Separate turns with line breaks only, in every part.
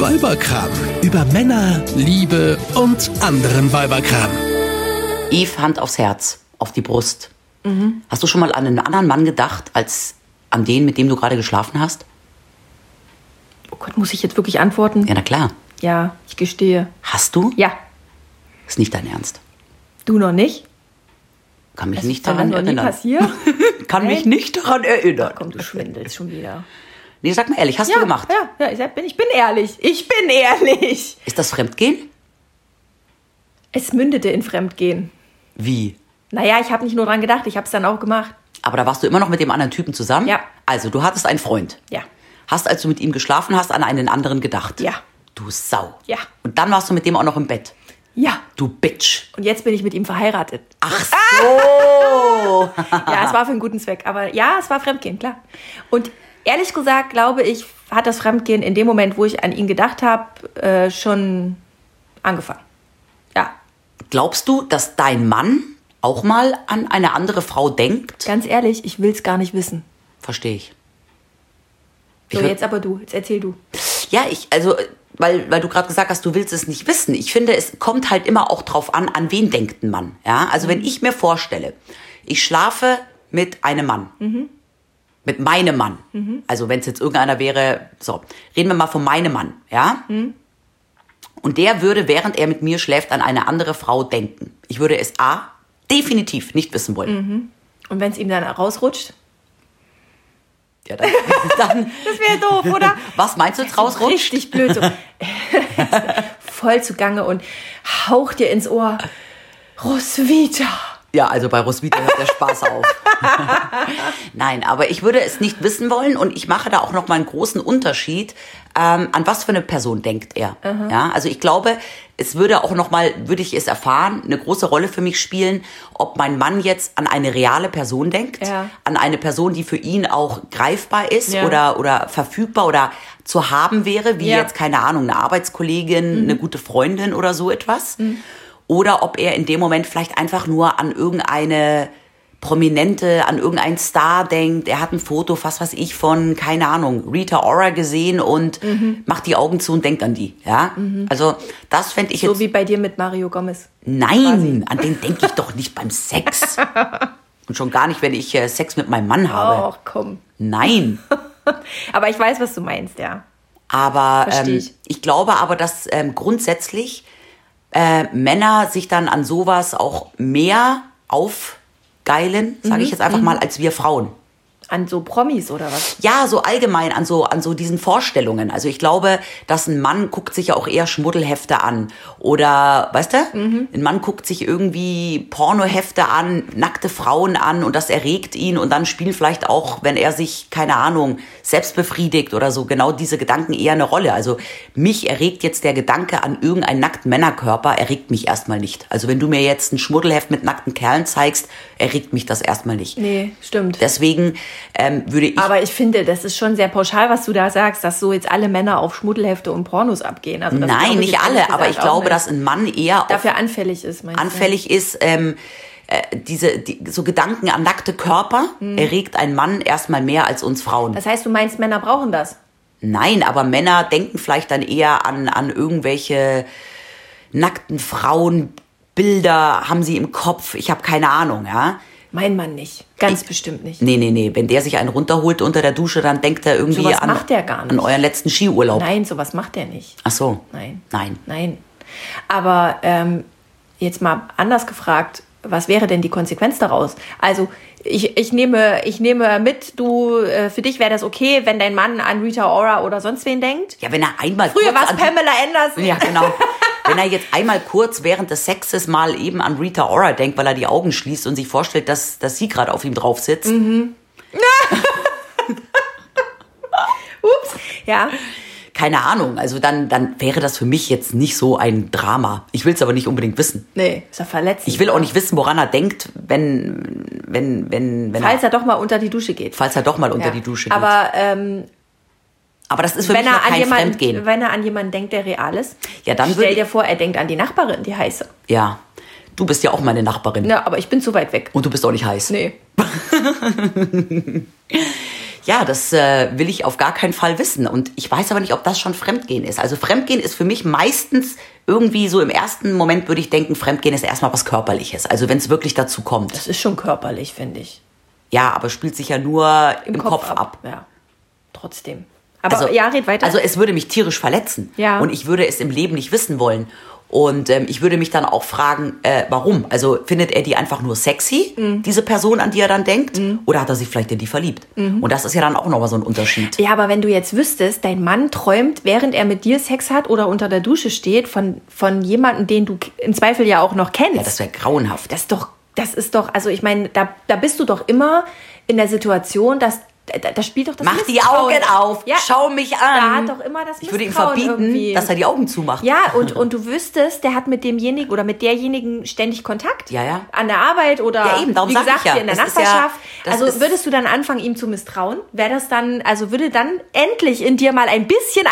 Weiberkram. Über Männer, Liebe und anderen Weiberkram.
Eve, Hand aufs Herz, auf die Brust. Hast du schon mal an einen anderen Mann gedacht, als an den, mit dem du gerade geschlafen hast?
Oh Gott, muss ich jetzt wirklich antworten?
Ja, na klar.
Ja, ich gestehe.
Hast du?
Ja,
Ist nicht dein Ernst.
du noch nicht?
Kann mich
Es
nicht
war
daran
noch nie
erinnern.
passiert.
Kann mich
Echt?
nicht daran erinnern.
Komm, du schwindelst schon wieder.
Nee, sag mal ehrlich, hast
ja,
du gemacht?
Ja, ja, ich sag, bin, ich bin ehrlich. Ich bin ehrlich.
Ist das Fremdgehen?
Es mündete in Fremdgehen.
Wie?
Naja, ich habe nicht nur dran gedacht, ich habe es dann auch gemacht.
Aber da warst du immer noch mit dem anderen Typen zusammen?
Ja.
Also, du hattest einen Freund.
Ja.
Hast, als du mit ihm geschlafen hast, an einen anderen gedacht?
Ja.
Du Sau.
Ja.
Und dann warst du mit dem auch noch im Bett.
Ja.
Du Bitch.
Und jetzt bin ich mit ihm verheiratet.
Ach so.
Ja, es war für einen guten Zweck. Aber ja, es war Fremdgehen, klar. Und ehrlich gesagt, glaube ich, hat das Fremdgehen in dem Moment, wo ich an ihn gedacht habe, äh, schon angefangen. Ja,
Glaubst du, dass dein Mann auch mal an eine andere Frau denkt?
ganz ehrlich, ich will es gar nicht wissen.
Verstehe ich. Ich
So,
würd-
jetzt aber du, jetzt erzähl du.
Ja, ich, also, äh, weil, weil du gerade gesagt hast, du willst es nicht wissen. Ich finde, es kommt halt immer auch drauf an, an wen denkt ein Mann. Ja, also wenn ich mir vorstelle, ich schlafe mit einem Mann. Mit meinem Mann. Also wenn es jetzt irgendeiner wäre, so, reden wir mal von meinem Mann, ja? Und der würde, während er mit mir schläft, an eine andere Frau denken. Ich würde es A, definitiv nicht wissen wollen.
Und wenn es ihm dann rausrutscht,
Ja, dann, dann,
das wäre doof, oder?
was meinst du, jetzt rausrutscht?
Richtig blöd. So. Voll zugange und haucht dir ins Ohr. Roswitha.
Ja, also bei Roswitha hört der Spaß auf. Nein, aber ich würde es nicht wissen wollen und ich mache da auch noch mal einen großen Unterschied, ähm, an was für eine Person denkt er. Ja, also ich glaube, es würde auch noch mal, würde ich es erfahren, eine große Rolle für mich spielen, ob mein Mann jetzt an eine reale Person denkt,
Ja.
an eine Person, die für ihn auch greifbar ist
Ja.
oder oder verfügbar oder zu haben wäre, wie
Ja.
jetzt keine Ahnung, eine Arbeitskollegin, eine gute Freundin oder so etwas. Oder ob er in dem Moment vielleicht einfach nur an irgendeine Prominente, an irgendeinen Star denkt. Er hat ein Foto, was weiß ich, von, keine Ahnung, Rita Ora gesehen und macht die Augen zu und denkt an die. Ja? Also das fände ich jetzt.
So wie bei dir mit Mario Gomez.
Nein, an den denke ich doch nicht beim Sex. Und schon gar nicht, wenn ich äh, Sex mit meinem Mann habe.
Ach komm.
Nein.
Aber ich weiß, was du meinst, ja.
Aber
Versteh
ähm,
ich.
ich. glaube aber, dass ähm, grundsätzlich äh, Männer sich dann an sowas auch mehr aufgeilen, sage ich jetzt einfach mal, als wir Frauen.
An so Promis oder was?
Ja, so allgemein an so an so diesen Vorstellungen. Also ich glaube, dass ein Mann guckt sich ja auch eher Schmuddelhefte an oder, weißt du, ein Mann guckt sich irgendwie Pornohefte an, nackte Frauen an und das erregt ihn und dann spielen vielleicht auch, wenn er sich keine Ahnung selbst befriedigt oder so, genau diese Gedanken eher eine Rolle. Also mich erregt jetzt der Gedanke an irgendeinen nackten Männerkörper erregt mich erstmal nicht. Also wenn du mir jetzt ein Schmuddelheft mit nackten Kerlen zeigst, erregt mich das erstmal nicht.
Nee, stimmt.
Deswegen ähm, würde ich
Aber ich finde, das ist schon sehr pauschal, was du da sagst, dass so jetzt alle Männer auf Schmuddelhefte und Pornos abgehen. Also das glaube
Nein,
ich
nicht
jetzt ehrlich
alle, aber
gesagt
ich
halt auch
glaube,
nicht.
dass ein Mann eher auf-
dafür anfällig ist, meinst
anfällig ist, ähm, äh, diese die, so Gedanken an nackte Körper erregt ein Mann erstmal mehr als uns Frauen.
du? Hm. Das heißt, du meinst, Männer brauchen das.
Nein, aber Männer denken vielleicht dann eher an, an irgendwelche nackten Frauenbilder, haben sie im Kopf, ich habe keine Ahnung, ja.
Mein Mann nicht. Ganz bestimmt nicht.
Nee, nee, nee, wenn der sich einen runterholt unter der Dusche, dann denkt er irgendwie
Sowas
an,
macht der gar nicht.
an euren letzten Skiurlaub.
Nein, sowas macht er nicht.
Ach so.
Nein.
Nein.
Nein. Aber ähm, jetzt mal anders gefragt, was wäre denn die Konsequenz daraus? Also ich, ich, nehme, ich nehme mit, du, äh, für dich wäre das okay, wenn dein Mann an Rita Ora oder sonst wen denkt.
Ja, wenn er einmal
Früher
kurz
war es
an die-
Pamela Anderson.
Ja, genau. Wenn er jetzt einmal kurz während des Sexes mal eben an Rita Ora denkt, weil er die Augen schließt und sich vorstellt, dass, dass sie gerade auf ihm drauf sitzt.
Ups. Ja.
Keine Ahnung. Also dann, dann wäre das für mich jetzt nicht so ein Drama. Ich will es aber nicht unbedingt wissen.
Nee, ist ja verletzend.
Ich will auch nicht wissen, woran er denkt, wenn, wenn, wenn, wenn
Falls
er,
er doch mal unter die Dusche geht.
falls er doch mal unter
Ja.
die Dusche geht.
Aber ähm,
aber das ist für
wenn,
mich noch
er an
kein
jemanden,
Fremdgehen.
wenn er an jemanden denkt, der real ist,
Ja, dann würde
stell
ich-
dir vor, er denkt an die Nachbarin, die heiße.
Ja. Du bist ja auch meine
Ne.
Nachbarin.
Na, aber ich bin zu weit weg.
Und du bist auch nicht heiß.
Nee.
ja, das äh, will ich auf gar keinen Fall wissen. Und ich weiß aber nicht, ob das schon Fremdgehen ist. Also Fremdgehen ist für mich meistens irgendwie so im ersten Moment würde ich denken, Fremdgehen ist erstmal was Körperliches. Also wenn es wirklich dazu kommt.
Das ist schon körperlich, finde ich.
Ja, aber spielt sich ja nur im, Kopf, ab.
Ja. Trotzdem. Aber ja, red weiter.
Also es würde mich tierisch verletzen.
Ja.
Und ich würde es im Leben nicht wissen wollen. Und ähm, ich würde mich dann auch fragen, äh, warum? Also findet er die einfach nur sexy,
Mhm.
diese Person, an die er dann denkt? Oder hat er sich vielleicht in die verliebt?
Mhm.
Und das ist ja dann auch nochmal so ein Unterschied.
ja, aber wenn du jetzt wüsstest, dein Mann träumt, während er mit dir Sex hat oder unter der Dusche steht, von, von jemandem, den du k- im Zweifel ja auch noch kennst.
Ja, das wäre grauenhaft.
das ist doch, das ist doch, also ich meine, da, da bist du doch immer in der Situation, dass da, da spielt doch das
Mach die
Misstrauen.
Augen auf,
Ja,
schau mich
Da
an.
hat doch immer das
Mhm. ich würde ihm
Misstrauen
verbieten,
irgendwie.
dass er die Augen zumacht.
Ja, und, und du wüsstest, der hat mit demjenigen oder mit derjenigen ständig Kontakt.
Ja, ja.
An der Arbeit oder
Ja, eben, darum
wie
sag ich
gesagt
ja.
hier in der
Das ist ja-
Nachbarschaft.
das
also
ist-
würdest du dann anfangen, ihm zu misstrauen? Wäre das dann, also würde dann endlich in dir mal ein bisschen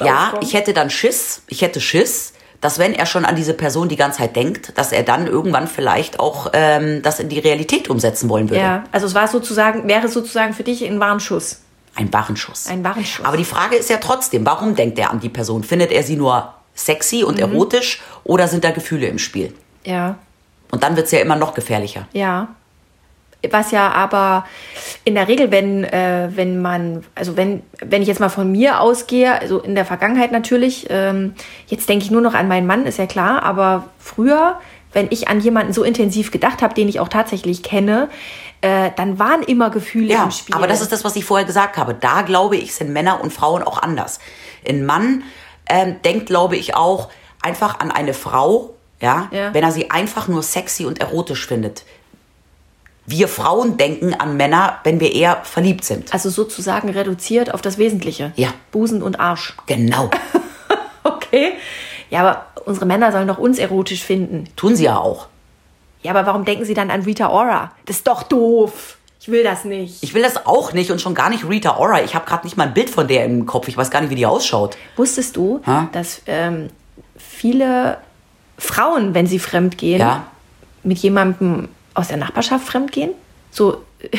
Ja,
aufkommen?
ich hätte dann Schiss, ich hätte Schiss, dass wenn er schon an diese Person die ganze Zeit denkt, dass er dann irgendwann vielleicht auch ähm, das in die Realität umsetzen wollen würde.
ja, also es war sozusagen, wäre sozusagen für dich ein Warnschuss.
Ein Warnschuss.
Ein Warnschuss.
Aber die Frage ist ja trotzdem, warum denkt er an die Person? Findet er sie nur sexy und
Mhm.
erotisch oder sind da Gefühle im Spiel?
Ja,
Und dann wird's ja immer noch gefährlicher.
Ja. Was ja aber in der Regel, wenn, äh, wenn man, also wenn, wenn ich jetzt mal von mir ausgehe, also in der Vergangenheit natürlich, ähm, jetzt denke ich nur noch an meinen Mann, ist ja klar, aber früher, wenn ich an jemanden so intensiv gedacht habe, den ich auch tatsächlich kenne, äh, dann waren immer Gefühle im Spiel.
aber das ist das, was ich vorher gesagt habe. Da glaube ich, sind Männer und Frauen auch anders. Ein Mann ähm, denkt, glaube ich, auch einfach an eine Frau, ja,
Ja.
wenn er sie einfach nur sexy und erotisch findet. Wir Frauen denken an Männer, wenn wir eher verliebt sind.
also sozusagen reduziert auf das Wesentliche.
Ja.
Busen und Arsch.
Genau,
Okay. Ja, aber unsere Männer sollen doch uns erotisch finden.
tun sie ja auch.
Ja, aber warum denken Sie dann an Rita Ora? Das ist doch doof. Ich will das nicht.
Ich will das auch nicht und schon gar nicht Rita Ora. Ich habe gerade nicht mal ein Bild von der im Kopf. Ich weiß gar nicht, wie die ausschaut.
Wusstest du,
Ha?
dass ähm, viele Frauen, wenn sie fremd gehen,
Ja.
mit jemandem aus der Nachbarschaft fremd gehen? So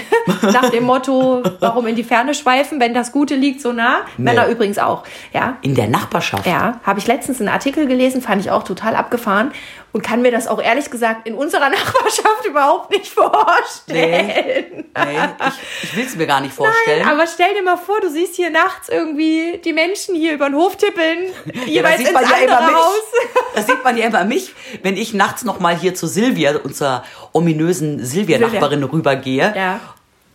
nach dem Motto, warum in die Ferne schweifen, wenn das Gute liegt so nah? Männer übrigens auch. Ja.
In der Nachbarschaft.
Ja, habe ich letztens einen Artikel gelesen, fand ich auch total abgefahren und kann mir das auch ehrlich gesagt in unserer Nachbarschaft überhaupt nicht vorstellen.
Nee, ich, ich will's mir gar nicht vorstellen.
Nein, aber stell dir mal vor, du siehst hier nachts irgendwie die Menschen hier über den Hof tippeln,
Ja, da
jeweils ins andere
mich.
Haus.
Da sieht man ja immer mich, wenn ich nachts nochmal hier zu Silvia, unserer ominösen Silvia-Nachbarin, rübergehe.
Ja.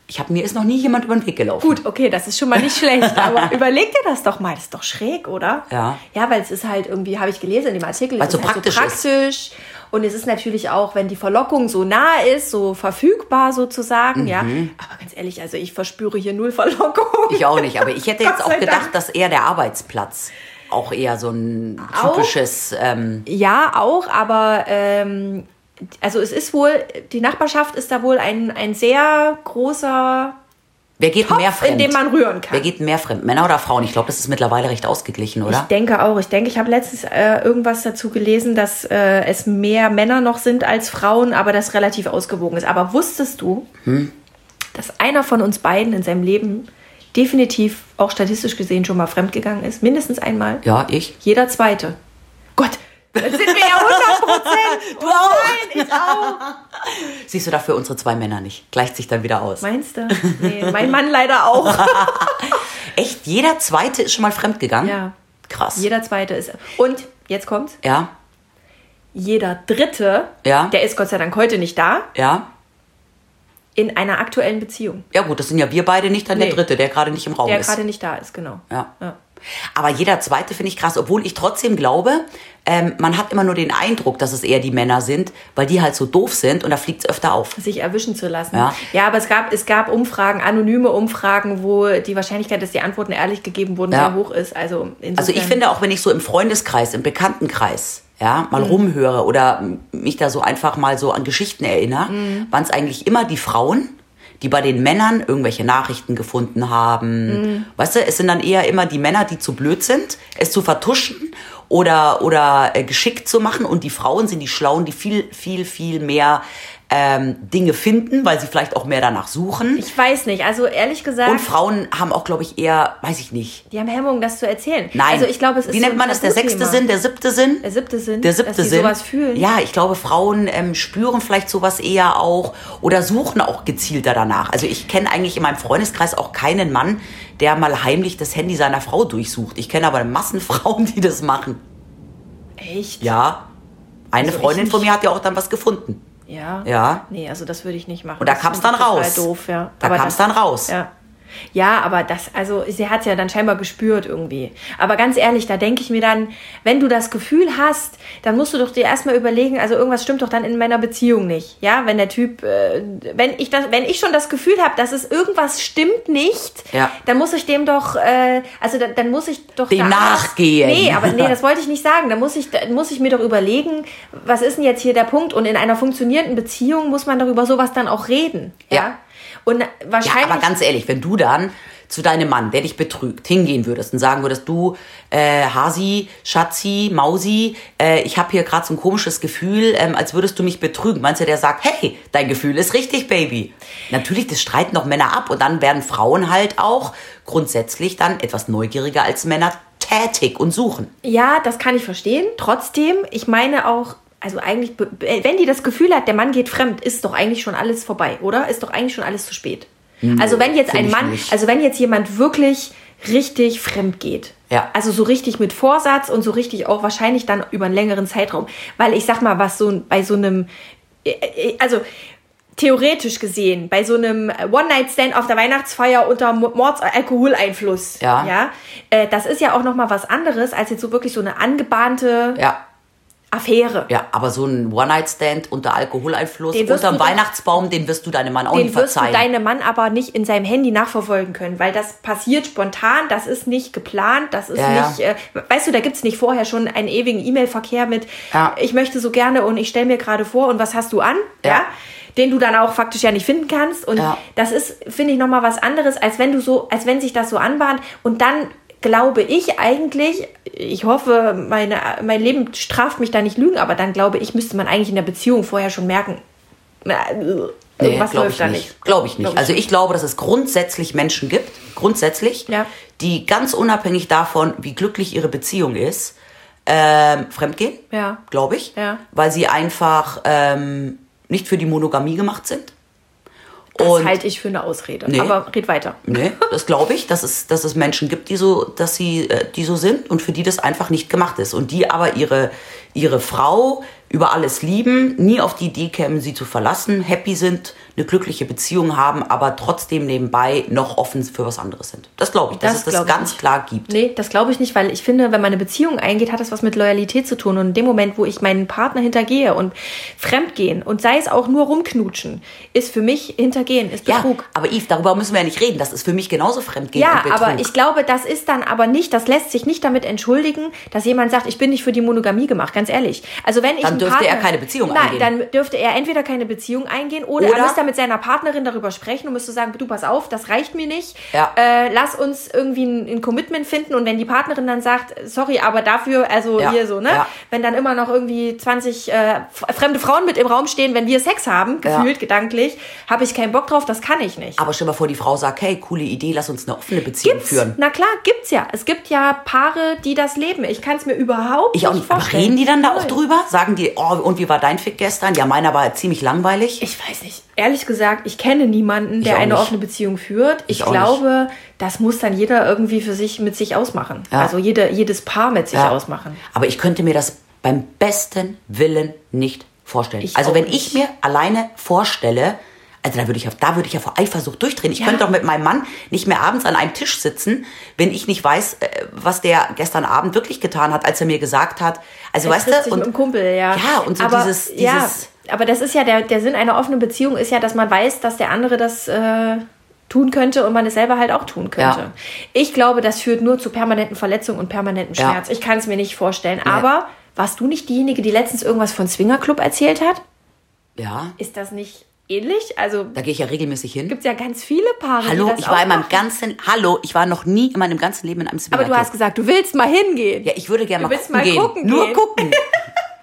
Ich habe mir ist noch nie jemand über den Weg gelaufen.
Gut, okay, das ist schon mal nicht schlecht, aber überleg dir das doch mal, das ist doch schräg, oder?
Ja.
Ja, weil es ist halt irgendwie, habe ich gelesen in dem Artikel,
Weil's
es
so
ist halt
praktisch
so
ist.
praktisch und es ist natürlich auch, wenn die Verlockung so nah ist, so verfügbar sozusagen, ja. Aber ganz ehrlich, also ich verspüre hier null Verlockung.
Mhm. Ich auch nicht, aber ich hätte
Gott
jetzt auch
sei
gedacht,
Dank.
dass eher der Arbeitsplatz auch eher so ein typisches. Ähm,
Ja, auch, aber ähm, also es ist wohl, die Nachbarschaft ist da wohl ein, ein sehr großer
wer geht mehr
Topf,
fremd?
in dem man rühren
wer
kann.
geht mehr fremd? Männer oder Frauen? Ich glaube, das ist mittlerweile recht ausgeglichen,
Ich
oder?
denke auch. Ich denke, ich habe letztens äh, irgendwas dazu gelesen, dass äh, es mehr Männer noch sind als Frauen, aber das relativ ausgewogen ist. Aber wusstest du,
Hm?
dass einer von uns beiden in seinem Leben definitiv auch statistisch gesehen schon mal fremdgegangen ist? Mindestens einmal?
Ja, ich.
Jeder zweite. Gott, dann sind wir ja 100 Prozent.
Du auch.
Nein, ich auch.
Siehst du dafür unsere zwei Männer nicht? Gleicht sich dann wieder aus.
Meinst du? Nee, mein Mann leider auch.
Echt? Jeder Zweite ist schon mal fremd gegangen?
Ja.
Krass.
Jeder zweite ist. Und jetzt kommt's.
ja,
Jeder dritte,
Ja.
der ist Gott sei Dank heute nicht da,
ja.
in einer aktuellen Beziehung.
Ja gut, das sind ja wir beide nicht, dann
Nee.
der Dritte, der gerade nicht im Raum
Der
ist.
gerade nicht da ist, genau.
Ja.
Ja.
Aber jeder zweite finde ich krass, obwohl ich trotzdem glaube, ähm, man hat immer nur den Eindruck, dass es eher die Männer sind, weil die halt so doof sind und da fliegt es öfter auf.
Sich erwischen zu lassen.
Ja.
aber es gab, es gab Umfragen, anonyme Umfragen, wo die Wahrscheinlichkeit, dass die Antworten ehrlich gegeben wurden,
Ja.
sehr hoch ist. Also, insofern,
Also ich finde auch, wenn ich so im Freundeskreis, im Bekanntenkreis, ja, mal rumhöre oder m- mich da so einfach mal so an Geschichten erinnere, waren es eigentlich immer die Frauen, die bei den Männern irgendwelche Nachrichten gefunden haben. Weißt du, es sind dann eher immer die Männer, die zu blöd sind, es zu vertuschen oder oder äh, geschickt zu machen und die Frauen sind die Schlauen, die viel viel viel mehr ähm, Dinge finden, weil sie vielleicht auch mehr danach suchen.
Ich weiß nicht. Also ehrlich gesagt,
Und Frauen haben auch, glaube ich, eher, weiß ich nicht.
die haben Hemmungen, das zu erzählen.
Nein.
Also ich glaube, es ist
Wie
so
nennt
ein
man das? Der sechste
Tabuthema.
Sinn, der siebte Sinn?
Der siebte Sinn.
Der siebte
dass die
Sinn.
sowas fühlen.
Ja, ich glaube, Frauen ähm, spüren vielleicht sowas eher auch oder suchen auch gezielter danach. Also ich kenne eigentlich in meinem Freundeskreis auch keinen Mann, der mal heimlich das Handy seiner Frau durchsucht. Ich kenne aber Massen Frauen, die das machen.
Echt?
Ja. Eine
Also ich
Freundin von
nicht.
mir hat ja auch dann was gefunden.
Ja.
Ja.
Nee, also das würde ich nicht machen.
Und da
Das
kam's
finde ich
dann
total
raus.
doof, ja.
Da kam's
das-
dann raus.
Ja. Ja, aber das, also sie hat es ja dann scheinbar gespürt irgendwie. Aber ganz ehrlich, da denke ich mir dann, wenn du das Gefühl hast, dann musst du doch dir erstmal überlegen, also irgendwas stimmt doch dann in meiner Beziehung nicht. Ja, wenn der Typ, äh, wenn ich das, wenn ich schon das Gefühl habe, dass es irgendwas stimmt nicht,
Ja.
dann muss ich dem doch, äh, also dann, dann muss ich doch
Dem
da-
nachgehen.
Nee, aber nee, das wollte ich nicht sagen. Da muss ich, da muss ich mir doch überlegen, was ist denn jetzt hier der Punkt? Und in einer funktionierenden Beziehung muss man darüber sowas dann auch reden. Ja.
Ja.
Und
Ja,
wahrscheinlich.
aber ganz ehrlich, wenn du dann zu deinem Mann, der dich betrügt, hingehen würdest und sagen würdest, du, äh, Hasi, Schatzi, Mausi, äh, ich habe hier gerade so ein komisches Gefühl, ähm, als würdest du mich betrügen. Meinst du, der sagt, hey, dein Gefühl ist richtig, Baby. Natürlich, das streiten noch Männer ab und dann werden Frauen halt auch grundsätzlich dann etwas neugieriger als Männer tätig und suchen.
ja, das kann ich verstehen. Trotzdem, ich meine auch, also eigentlich, be- wenn die das Gefühl hat, der Mann geht fremd, ist doch eigentlich schon alles vorbei, oder? Ist doch eigentlich schon alles zu spät. Also wenn jetzt
find
ein
Hm, ich
Mann,
nicht.
also wenn jetzt jemand wirklich richtig fremd geht,
Ja.
also so richtig mit Vorsatz und so richtig auch wahrscheinlich dann über einen längeren Zeitraum, weil ich sag mal, was so ein- bei so einem, äh, äh, also theoretisch gesehen, bei so einem One-Night-Stand auf der Weihnachtsfeier unter Mo- Mordsalkoholeinfluss,
Ja.
ja, äh, das ist ja auch noch mal was anderes als jetzt so wirklich so eine angebahnte
Ja.
Affäre.
Ja, aber so ein One-Night-Stand unter Alkoholeinfluss,
Den wirst
unterm
du doch-
Weihnachtsbaum, den wirst du deinem Mann auch nie
Den wirst du
verzeihen.
deinem Mann aber nicht in seinem Handy nachverfolgen können, weil das passiert spontan, das ist nicht geplant, das ist
Ja, ja.
nicht, äh, weißt du, da gibt's nicht vorher schon einen ewigen E-Mail-Verkehr mit,
Ja.
ich möchte so gerne und ich stelle mir gerade vor und was hast du an, ja.
Ja.
den du dann auch faktisch ja nicht finden kannst und
Ja.
das ist, finde ich, nochmal was anderes, als wenn du so, als wenn sich das so anbahnt und dann glaube ich eigentlich, ich hoffe, meine, mein Leben straft mich da nicht lügen, aber dann glaube ich, müsste man eigentlich in der Beziehung vorher schon merken, na, irgendwas
glaub
läuft
ich
da
nicht.
nicht.
Glaube ich nicht.
Glaub ich
also ich glaube, dass es grundsätzlich Menschen gibt, grundsätzlich,
Ja.
die ganz unabhängig davon, wie glücklich ihre Beziehung ist, ähm, fremdgehen.
Ja.
Glaube ich.
Ja.
Weil sie einfach ähm, nicht für die Monogamie gemacht sind.
Das halte ich für eine Ausrede.
Nee.
Aber red weiter.
Nee, Ne? das glaube ich, dass es, dass es Menschen gibt, die so, dass sie, äh, die so sind und für die das einfach nicht gemacht ist. Und die aber ihre, ihre Frau über alles lieben, nie auf die Idee kämen, sie zu verlassen, happy sind, eine glückliche Beziehung haben, aber trotzdem nebenbei noch offen für was anderes sind. Das glaube ich, dass
Das
es das
glaub ich
ganz
nicht.
klar gibt.
Nee, das glaube ich nicht, weil ich finde, wenn man eine Beziehung eingeht, hat das was mit Loyalität zu tun. Und in dem Moment, wo ich meinen Partner hintergehe und fremdgehen und sei es auch nur rumknutschen, ist für mich hintergehen, ist
Ja,
Betrug.
aber Yves, darüber müssen wir ja nicht reden. Das ist für mich genauso fremdgehen und
Ja,
Betrug.
aber ich glaube, das ist dann aber nicht, das lässt sich nicht damit entschuldigen, dass jemand sagt, ich bin nicht für die Monogamie gemacht, ganz ehrlich. Also wenn ich
Dann
einen
dürfte
Partner,
er keine Beziehung
nein,
eingehen.
dann dürfte er entweder keine Beziehung eingehen oder,
Oder-
er müsste mit seiner Partnerin darüber sprechen und müsste sagen, du pass auf, das reicht mir nicht,
Ja.
äh, lass uns irgendwie ein, ein Commitment finden und wenn die Partnerin dann sagt, sorry, aber dafür, also
Ja,
hier so, ne,
ja.
wenn dann immer noch irgendwie 20 äh, f- fremde Frauen mit im Raum stehen, wenn wir Sex haben,
Ja.
gefühlt, gedanklich, habe ich keinen Bock drauf, das kann ich nicht.
aber stell mal vor, die Frau sagt, hey, coole Idee, lass uns eine offene Beziehung führen.
Na klar, gibt's ja. Es gibt ja Paare, die das leben. Ich kann es mir überhaupt
Ich auch
nicht
nicht. Aber
vorstellen.
reden die dann da auch
Nein.
drüber? Sagen die, oh, und wie war dein Fick gestern? Ja, meiner war ziemlich langweilig.
Ich weiß nicht. Ehrlich gesagt, ich kenne niemanden, der
auch
eine
nicht.
offene Beziehung führt. Ich,
Ich auch
glaube, das muss dann jeder irgendwie für sich mit sich ausmachen.
Ja.
Also jede, jedes Paar mit sich
Ja.
ausmachen.
Aber ich könnte mir das beim besten Willen nicht vorstellen.
Ich
also
auch
wenn
nicht.
ich mir alleine vorstelle, also da würde ich, ja- da würde ich ja vor Eifersucht durchdrehen. Ich
Ja.
könnte doch mit meinem Mann nicht mehr abends an einem Tisch sitzen, wenn ich nicht weiß, äh, was der gestern Abend wirklich getan hat, als er mir gesagt hat. Also
Er trifft
weißt
sich
du,
mit dem Kumpel, ja.
Ja, und so
aber,
dieses, dieses
ja, aber das ist ja der, der Sinn einer offenen Beziehung ist ja, dass man weiß, dass der andere das äh, tun könnte und man es selber halt auch tun könnte.
Ja.
Ich glaube, das führt nur zu permanenten Verletzungen und permanentem
Ja.
Schmerz. Ich kann es mir nicht vorstellen. Aber warst du nicht diejenige, die letztens irgendwas von Swingerclub erzählt hat?
ja,
Ist das nicht ähnlich? Also
da gehe ich ja regelmäßig hin.
gibt es ja ganz viele Paare. die
Hallo,
das
ich
auch
war in meinem
machen.
ganzen, hallo, ich war noch nie in meinem ganzen Leben in einem
Aber du
Swingerclub.
hast gesagt, du willst mal hingehen.
Ja, ich würde gerne
Du
mal
willst
gucken
mal
gehen.
gucken
Nur
gehen.
gucken.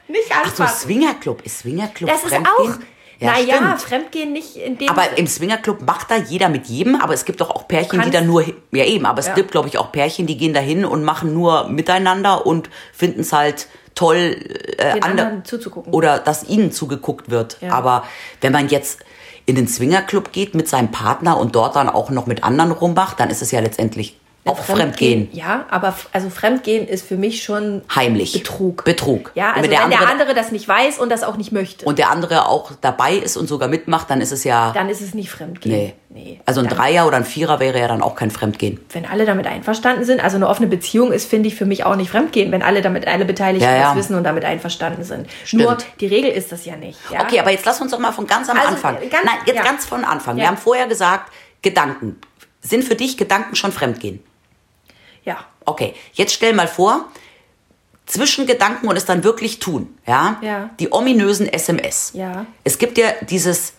Nicht
Ach so,
anfassen.
Swingerclub. Ist Swingerclub
Das ist
Fremdgehen?
auch.
Ja,
naja,
stimmt.
Fremdgehen nicht in dem
Aber im Swingerclub macht da jeder mit jedem, aber es gibt doch auch Pärchen, die
kannst-
da nur, hi- ja eben, aber es
Ja.
gibt, glaube ich, auch Pärchen, die gehen da hin und machen nur miteinander und finden es halt toll, äh,
Den
andere,
anderen zuzugucken.
oder dass ihnen zugeguckt wird.
Ja.
Aber wenn man jetzt in den Swingerclub geht mit seinem Partner und dort dann auch noch mit anderen rummacht, dann ist es ja letztendlich auch Fremdgehen.
Äh, Ja, aber f- also Fremdgehen ist für mich schon
Heimlich.
Betrug.
Betrug.
Ja,
Und
also
mit
wenn
der
der
andere
andere das nicht weiß und das auch nicht möchte,
und der andere auch dabei ist und sogar mitmacht, dann ist es ja.
dann ist es nicht Fremdgehen.
nee.
nee.
Also ein
dann,
Dreier oder ein Vierer wäre ja dann auch kein Fremdgehen.
Wenn alle damit einverstanden sind, also eine offene Beziehung ist, finde ich, für mich auch nicht Fremdgehen, wenn alle damit, alle Beteiligten
Ja, ja.
das wissen und damit einverstanden sind. Nur die Regel ist das ja nicht. Ja?
Okay, aber jetzt lass uns doch mal von ganz am
Also,
Anfang.
ganz-
Nein, jetzt
ja.
ganz von Anfang. Wir
Ja.
haben vorher gesagt, Gedanken. Sind für dich Gedanken schon Fremdgehen?
Ja.
Okay, jetzt stell mal vor, zwischen Gedanken und es dann wirklich tun, ja?
Ja.
Die ominösen SMS.
Ja.
Es gibt ja dieses,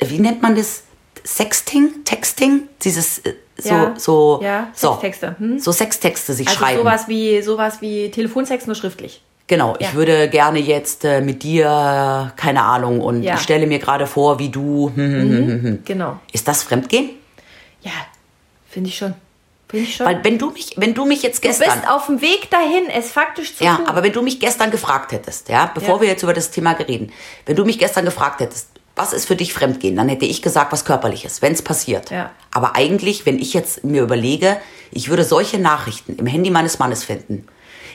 wie nennt man das? Sexting? Texting? Dieses äh, so,
Ja.
so,
Ja,
so.
Sextexte, hm?
So Sextexte sich
Also
schreiben.
sowas wie, sowas wie Telefonsex nur schriftlich.
Genau, ich
Ja.
würde gerne jetzt äh, mit dir, keine Ahnung, und
Ja.
ich stelle mir gerade vor, wie du. Hm, hm, hm, hm, hm.
Genau.
Ist das Fremdgehen?
Ja, finde ich schon. Finde ich schon.
Weil wenn du mich, wenn du mich jetzt
du
gestern.
bist auf dem Weg dahin, es faktisch zu
ja,
tun.
aber wenn du mich gestern gefragt hättest, ja, bevor
Ja.
wir jetzt über das Thema reden, wenn du mich gestern gefragt hättest, was ist für dich Fremdgehen, dann hätte ich gesagt, was körperliches, wenn es passiert.
Ja.
Aber eigentlich, wenn ich jetzt mir überlege, ich würde solche Nachrichten im Handy meines Mannes finden.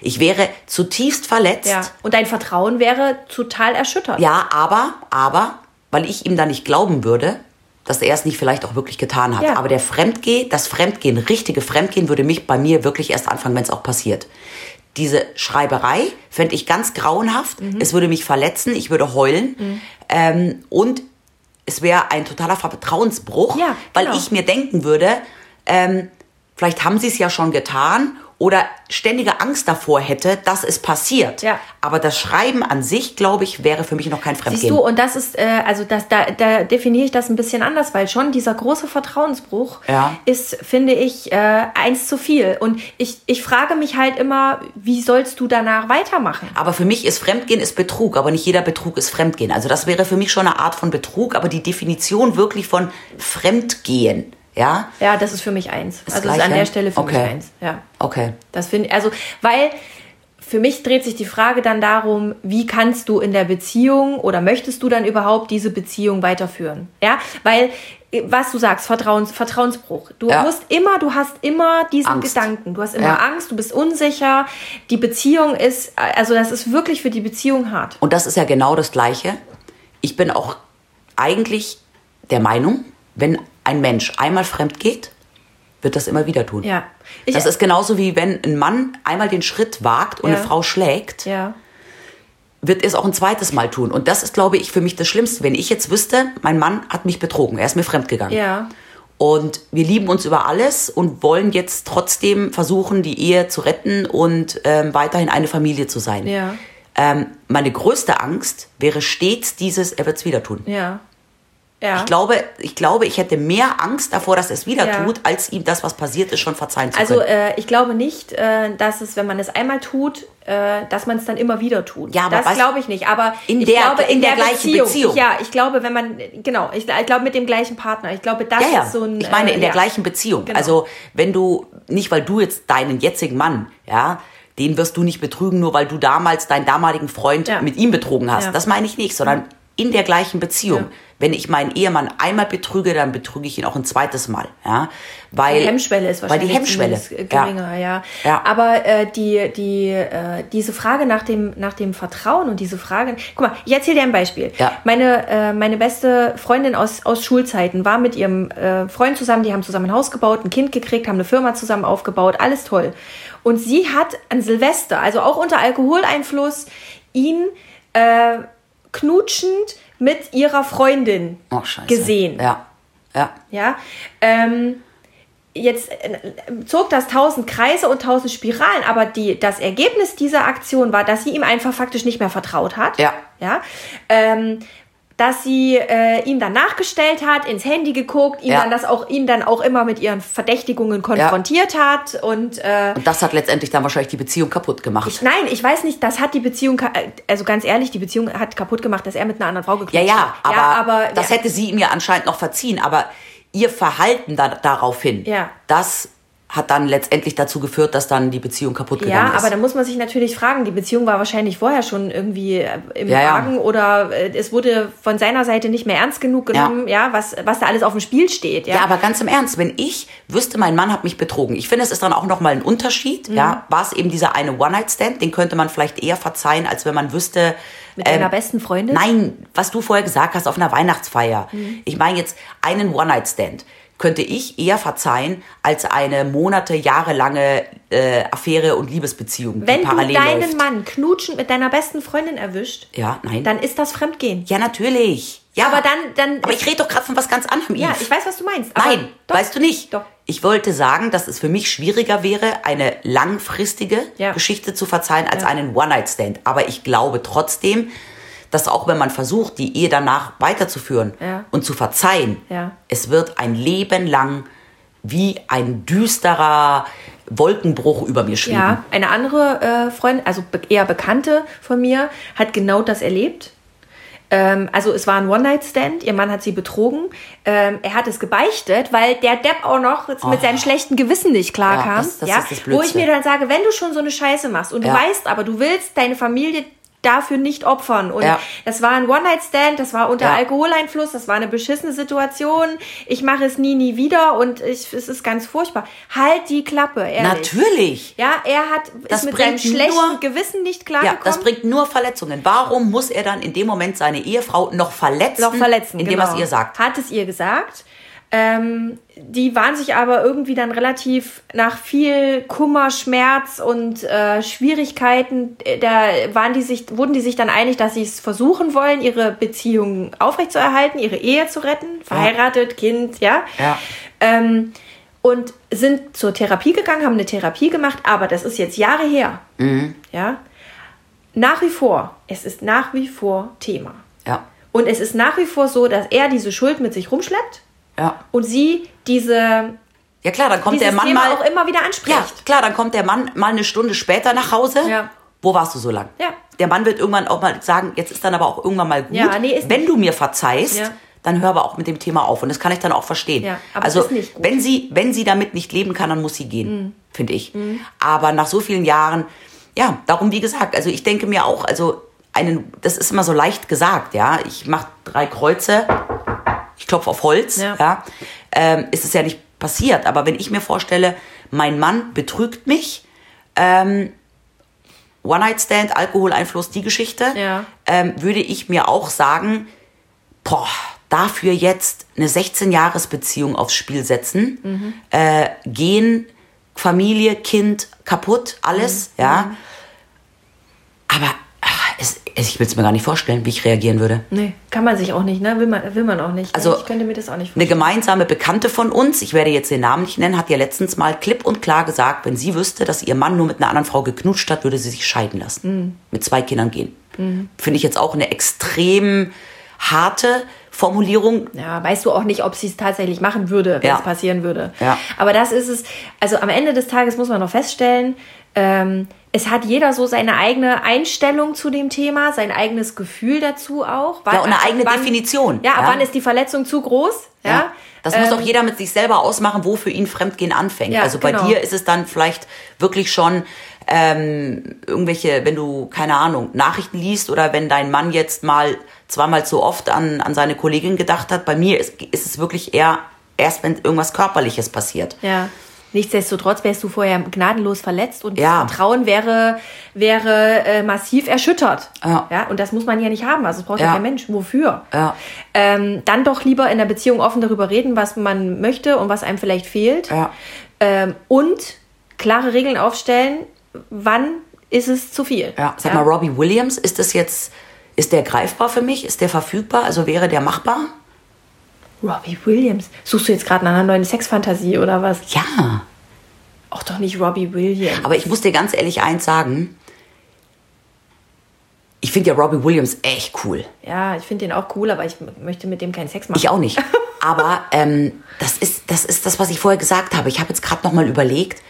Ich wäre zutiefst verletzt.
ja. Und dein Vertrauen wäre total erschüttert.
Ja, aber, aber, weil ich ihm da nicht glauben würde, dass er es nicht vielleicht auch wirklich getan hat.
Ja.
Aber der Fremdgeh, das Fremdgehen, richtige Fremdgehen würde mich bei mir wirklich erst anfangen, wenn es auch passiert. Diese Schreiberei fände ich ganz grauenhaft.
Mhm.
Es würde mich verletzen, ich würde heulen. Ähm, und es wäre ein totaler Vertrauensbruch,
Ja,
weil
genau.
ich mir denken würde, ähm, vielleicht haben sie es ja schon getan oder ständige Angst davor hätte, dass es passiert.
Ja.
Aber das Schreiben an sich, glaube ich, wäre für mich noch kein Fremdgehen.
Siehst du, und das ist, äh, also das, da, da definiere ich das ein bisschen anders, weil schon dieser große Vertrauensbruch
Ja.
ist, finde ich, äh, eins zu viel. Und ich, ich frage mich halt immer, wie sollst du danach weitermachen?
Aber für mich ist Fremdgehen ist Betrug, aber nicht jeder Betrug ist Fremdgehen. Also das wäre für mich schon eine Art von Betrug, aber die Definition wirklich von Fremdgehen, ja?
Ja, das ist für mich eins. also ist
gleich,
an
ja?
der Stelle für
Okay.
mich eins. Ja.
Okay.
Das finde also, weil für mich dreht sich die Frage dann darum, wie kannst du in der Beziehung oder möchtest du dann überhaupt diese Beziehung weiterführen? Ja, weil äh, was du sagst, Vertrauens, Vertrauensbruch. Du
Ja.
musst immer, du hast immer diesen
Angst.
Gedanken. Du hast immer
Ja.
Angst, du bist unsicher. Die Beziehung ist, also das ist wirklich für die Beziehung hart.
Und das ist ja genau das Gleiche. Ich bin auch eigentlich der Meinung, wenn ein Mensch einmal fremd geht, wird das immer wieder tun.
Ja. Ich-
das ist genauso wie wenn ein Mann einmal den Schritt wagt und
Ja.
eine Frau schlägt,
Ja.
wird er es auch ein zweites Mal tun. Und das ist, glaube ich, für mich das Schlimmste. Wenn ich jetzt wüsste, mein Mann hat mich betrogen, er ist mir fremdgegangen.
Ja.
Und wir lieben uns über alles und wollen jetzt trotzdem versuchen, die Ehe zu retten und ähm, weiterhin eine Familie zu sein.
Ja.
Ähm, meine größte Angst wäre stets dieses, er wird es wieder tun.
Ja. Ja.
Ich glaube, ich glaube, ich hätte mehr Angst davor, dass er es wieder
Ja.
tut, als ihm das, was passiert ist, schon verzeihen zu
also
können.
äh, ich glaube nicht, äh, dass es, wenn man es einmal tut, äh, dass man es dann immer wieder tut.
Ja, aber
das
weißt-
glaube ich nicht. Aber
In
ich
der-
glaube,
in der gleichen Beziehung.
Ja, ich glaube, wenn man genau, ich, ich glaube mit dem gleichen Partner. Ich glaube, das
ja, ja.
ist so ein.
ich meine, in
äh,
der
ja.
gleichen Beziehung.
Genau.
Also, wenn du, nicht weil du jetzt deinen jetzigen Mann, ja, den wirst du nicht betrügen, nur weil du damals deinen damaligen Freund
Ja.
mit ihm betrogen hast.
Ja. Mhm.
Das meine ich nicht, sondern in der gleichen Beziehung.
Ja.
Wenn ich meinen Ehemann einmal betrüge, dann betrüge ich ihn auch ein zweites Mal, ja. Weil,
Die Hemmschwelle ist
Weil
wahrscheinlich
die Hemmschwelle,
zumindest, äh,
ja.
geringer, ja.
Ja.
Aber äh, die, die, äh, diese Frage nach dem, nach dem Vertrauen und diese Frage, guck mal, ich erzähle dir ein Beispiel.
Ja.
Meine, äh, meine beste Freundin aus, aus Schulzeiten war mit ihrem äh, Freund zusammen, die haben zusammen ein Haus gebaut, ein Kind gekriegt, haben eine Firma zusammen aufgebaut, alles toll. Und sie hat an Silvester, also auch unter Alkoholeinfluss, ihn äh, knutschend mit ihrer Freundin
Oh, scheiße.
gesehen.
Ja. Ja.
Ja, ähm, jetzt äh, zog das tausend Kreise und tausend Spiralen, aber die, das Ergebnis dieser Aktion war, dass sie ihm einfach faktisch nicht mehr vertraut hat.
Ja.
ja? Ähm, dass sie äh, ihm dann nachgestellt hat, ins Handy geguckt, ihm
Ja.
dann das auch ihn dann auch immer mit ihren Verdächtigungen konfrontiert hat und äh,
Und das hat letztendlich dann wahrscheinlich die Beziehung kaputt gemacht.
ich, nein, ich weiß nicht, das hat die Beziehung, ka- also ganz ehrlich, die Beziehung hat kaputt gemacht, dass er mit einer anderen Frau
ja,
geknutscht
ja,
hat.
aber, das
ja.
hätte sie ihm ja anscheinend noch verziehen, aber ihr Verhalten da, daraufhin,
Ja.
das hat dann letztendlich dazu geführt, dass dann die Beziehung kaputt gegangen
Ja,
ist.
aber da muss man sich natürlich fragen, die Beziehung war wahrscheinlich vorher schon irgendwie äh, im
Ja, ja.
Magen oder äh, es wurde von seiner Seite nicht mehr ernst genug genommen, ja, was, was da alles auf dem Spiel steht, ja.
Ja, aber ganz im Ernst, wenn ich wüsste, mein Mann hat mich betrogen, ich finde, es ist dann auch nochmal ein Unterschied.
Mhm.
Ja, war es eben dieser eine One-Night-Stand, den könnte man vielleicht eher verzeihen, als wenn man wüsste. ähm,
Mit deiner besten Freundin? Mhm.
Nein, was du vorher gesagt hast, auf einer Weihnachtsfeier. Ich meine jetzt einen One-Night-Stand könnte ich eher verzeihen als eine Monate, jahrelange äh, Affäre und Liebesbeziehung, die
Wenn du
parallel
deinen
läuft.
Mann knutschend mit deiner besten Freundin erwischt,
Ja, nein.
dann ist das Fremdgehen.
ja, natürlich. Ja,
Aber dann- dann-
Aber ich rede doch gerade von was ganz anderem.
Ja,
Yves.
ich weiß, was du meinst. aber
Nein,
doch,
weißt du nicht.
Doch.
Ich wollte sagen, dass es für mich schwieriger wäre, eine langfristige
Ja.
Geschichte zu verzeihen als
Ja.
einen One-Night-Stand. Aber ich glaube trotzdem, dass auch wenn man versucht, die Ehe danach weiterzuführen
Ja.
und zu verzeihen,
Ja.
es wird ein Leben lang wie ein düsterer Wolkenbruch über mir schweben.
Ja, eine andere äh, Freundin, also be eher Bekannte von mir, hat genau das erlebt. Ähm, also es war ein One-Night-Stand, ihr Mann hat sie betrogen. Ähm, er hat es gebeichtet, weil der Depp auch noch jetzt mit seinem schlechten Gewissen nicht klarkam.
Oh. Ja,
Ja,
das- das ist das
wo ich
Blödste.
mir dann sage, wenn du schon so eine Scheiße machst und
Ja.
du weißt aber, du willst deine Familie dafür nicht opfern. Und
Ja.
das war ein One-Night-Stand, das war unter
Ja.
Alkoholeinfluss, das war eine beschissene Situation. Ich mache es nie, nie wieder und ich, es ist ganz furchtbar. Halt die Klappe, ehrlich.
Natürlich.
Ja, er hat
Das
ist mit seinem
bringt
schlechten
nur-
Gewissen nicht
Ja,
klargekommen.
das bringt nur Verletzungen. Warum muss er dann in dem Moment seine Ehefrau noch verletzen?
noch verletzen.
Indem
genau.
er es ihr sagt.
Hat es ihr gesagt. Ähm, die waren sich aber irgendwie dann relativ nach viel Kummer, Schmerz und äh, Schwierigkeiten, äh, da waren die sich, wurden die sich dann einig, dass sie es versuchen wollen, ihre Beziehung aufrechtzuerhalten, ihre Ehe zu retten, verheiratet, Kind, ja.
Ja.
Ähm, und sind zur Therapie gegangen, haben eine Therapie gemacht, aber das ist jetzt Jahre her. Ja. Nach wie vor, es ist nach wie vor Thema.
Ja.
Und es ist nach wie vor so, dass er diese Schuld mit sich rumschleppt
Ja.
und sie diese,
Ja klar, dann kommt
dieses
der Mann
Thema
mal.
auch immer wieder
ja,
anspricht.
klar, dann kommt der Mann mal eine Stunde später nach Hause.
Ja.
Wo warst du so lang?
Ja.
Der Mann wird irgendwann auch mal sagen, jetzt ist dann aber auch irgendwann mal gut.
Ja, nee, ist
wenn
nicht.
du mir verzeihst,
Ja.
dann hör aber auch mit dem Thema auf. Und das kann ich dann auch verstehen.
Ja, aber
also
es ist nicht gut. Mhm.
wenn sie, wenn sie damit nicht leben kann, dann muss sie gehen, finde ich. Aber nach so vielen Jahren, ja, darum wie gesagt, also ich denke mir auch, also einen, das ist immer so leicht gesagt, ja. Ich mache drei Kreuze, ich klopfe auf Holz, ja.
Ja.
ähm, ist es ja nicht passiert. Aber wenn ich mir vorstelle, mein Mann betrügt mich, ähm, One-Night-Stand, Alkoholeinfluss, die Geschichte,
Ja.
ähm, würde ich mir auch sagen, boah, dafür jetzt eine 16-Jahres-Beziehung aufs Spiel setzen, äh, gehen, Familie, Kind kaputt, alles, ja. Aber ach, es, es- ich will es mir gar nicht vorstellen, wie ich reagieren würde.
Nee, kann man sich auch nicht, ne? Will man, will man auch nicht.
Also-
ich könnte mir das auch nicht
Eine
vorstellen.
gemeinsame Bekannte von uns, ich werde jetzt den Namen nicht nennen, hat ja letztens mal klipp und klar gesagt, wenn sie wüsste, dass ihr Mann nur mit einer anderen Frau geknutscht hat, würde sie sich scheiden lassen. Mit zwei Kindern gehen. Finde ich jetzt auch eine extrem harte Formulierung.
Ja, weißt du auch nicht, ob sie es tatsächlich machen würde, wenn
Ja.
es passieren würde.
Ja.
Aber das ist es. Also am Ende des Tages muss man noch feststellen, ähm, es hat jeder so seine eigene Einstellung zu dem Thema, sein eigenes Gefühl dazu auch. Wann-
Ja, und eine
ab
eigene Definition,
Ja, ab
ja.
wann ist die Verletzung zu groß? Ja.
Das muss
Ähm,
auch jeder mit sich selber ausmachen, wo für ihn Fremdgehen anfängt.
Ja,
also bei
genau.
dir ist es dann vielleicht wirklich schon ähm, irgendwelche, wenn du, keine Ahnung, Nachrichten liest oder wenn dein Mann jetzt mal zweimal zu oft an, an seine Kollegin gedacht hat. Bei mir ist, ist es wirklich eher erst, wenn irgendwas Körperliches passiert.
Ja. Nichtsdestotrotz wärst du vorher gnadenlos verletzt und
Ja.
das Vertrauen wäre, wäre äh, massiv erschüttert.
Ja.
Und das muss man ja nicht haben. Also es braucht
Ja.
ja kein Mensch. Wofür?
Ja.
Ähm, dann doch lieber in der Beziehung offen darüber reden, was man möchte und was einem vielleicht fehlt.
Ja.
Ähm, und klare Regeln aufstellen, wann ist es zu viel.
Ja. Sag mal, Robbie Williams, ist das jetzt, ist der greifbar für mich? Ist der verfügbar? Also wäre der machbar?
Robbie Williams. Suchst du jetzt gerade nach einer neuen Sexfantasie oder was?
Ja.
Auch doch nicht Robbie Williams.
Aber ich muss dir ganz ehrlich eins sagen. Ich finde ja Robbie Williams echt cool.
Ja, ich finde den auch cool, aber ich m- möchte mit dem keinen Sex machen.
Ich auch nicht. Aber ähm, das, ist, das ist das, was ich vorher gesagt habe. Ich habe jetzt gerade nochmal überlegt,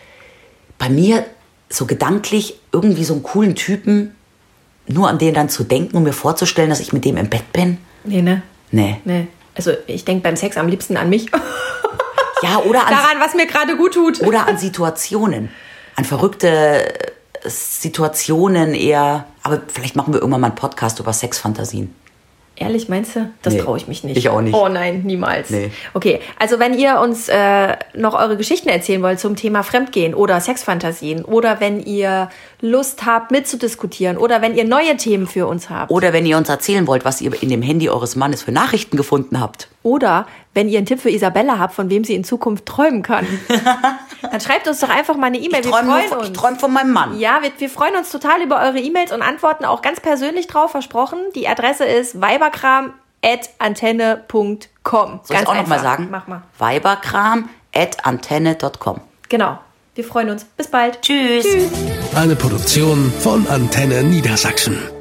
bei mir so gedanklich irgendwie so einen coolen Typen, nur an den dann zu denken und mir vorzustellen, dass ich mit dem im Bett bin.
Nee, ne?
Nee.
Nee. Also ich denke beim Sex am liebsten an mich.
Ja, oder an,
Daran, was mir gerade gut tut.
oder an Situationen. An verrückte äh, Situationen eher. Aber vielleicht machen wir irgendwann mal einen Podcast über Sexfantasien.
Ehrlich, meinst du? Das
Nee,
traue ich mich nicht.
ich auch nicht.
Oh nein, niemals.
Nee.
Okay, also wenn ihr uns äh, noch eure Geschichten erzählen wollt zum Thema Fremdgehen oder Sexfantasien oder wenn ihr Lust habt mitzudiskutieren oder wenn ihr neue Themen für uns habt
Oder wenn ihr uns erzählen wollt, was ihr in dem Handy eures Mannes für Nachrichten gefunden habt.
oder wenn ihr einen Tipp für Isabella habt, von wem sie in Zukunft träumen kann, dann schreibt uns doch einfach mal eine E-Mail. Wir
Träum nur
freuen
von-
uns.
ich träume von meinem Mann.
Ja, wir, wir freuen uns total über eure E-Mails und antworten auch ganz persönlich drauf, versprochen. Die Adresse ist weiberkram.antenne.com.
Soll ich
Ganz
es auch nochmal
einfach.
sagen?
Mach mal.
Weiberkram at antenne.com.
Genau. Wir freuen uns. Bis bald.
Tschüss.
Tschüss.
Eine Produktion von Antenne Niedersachsen.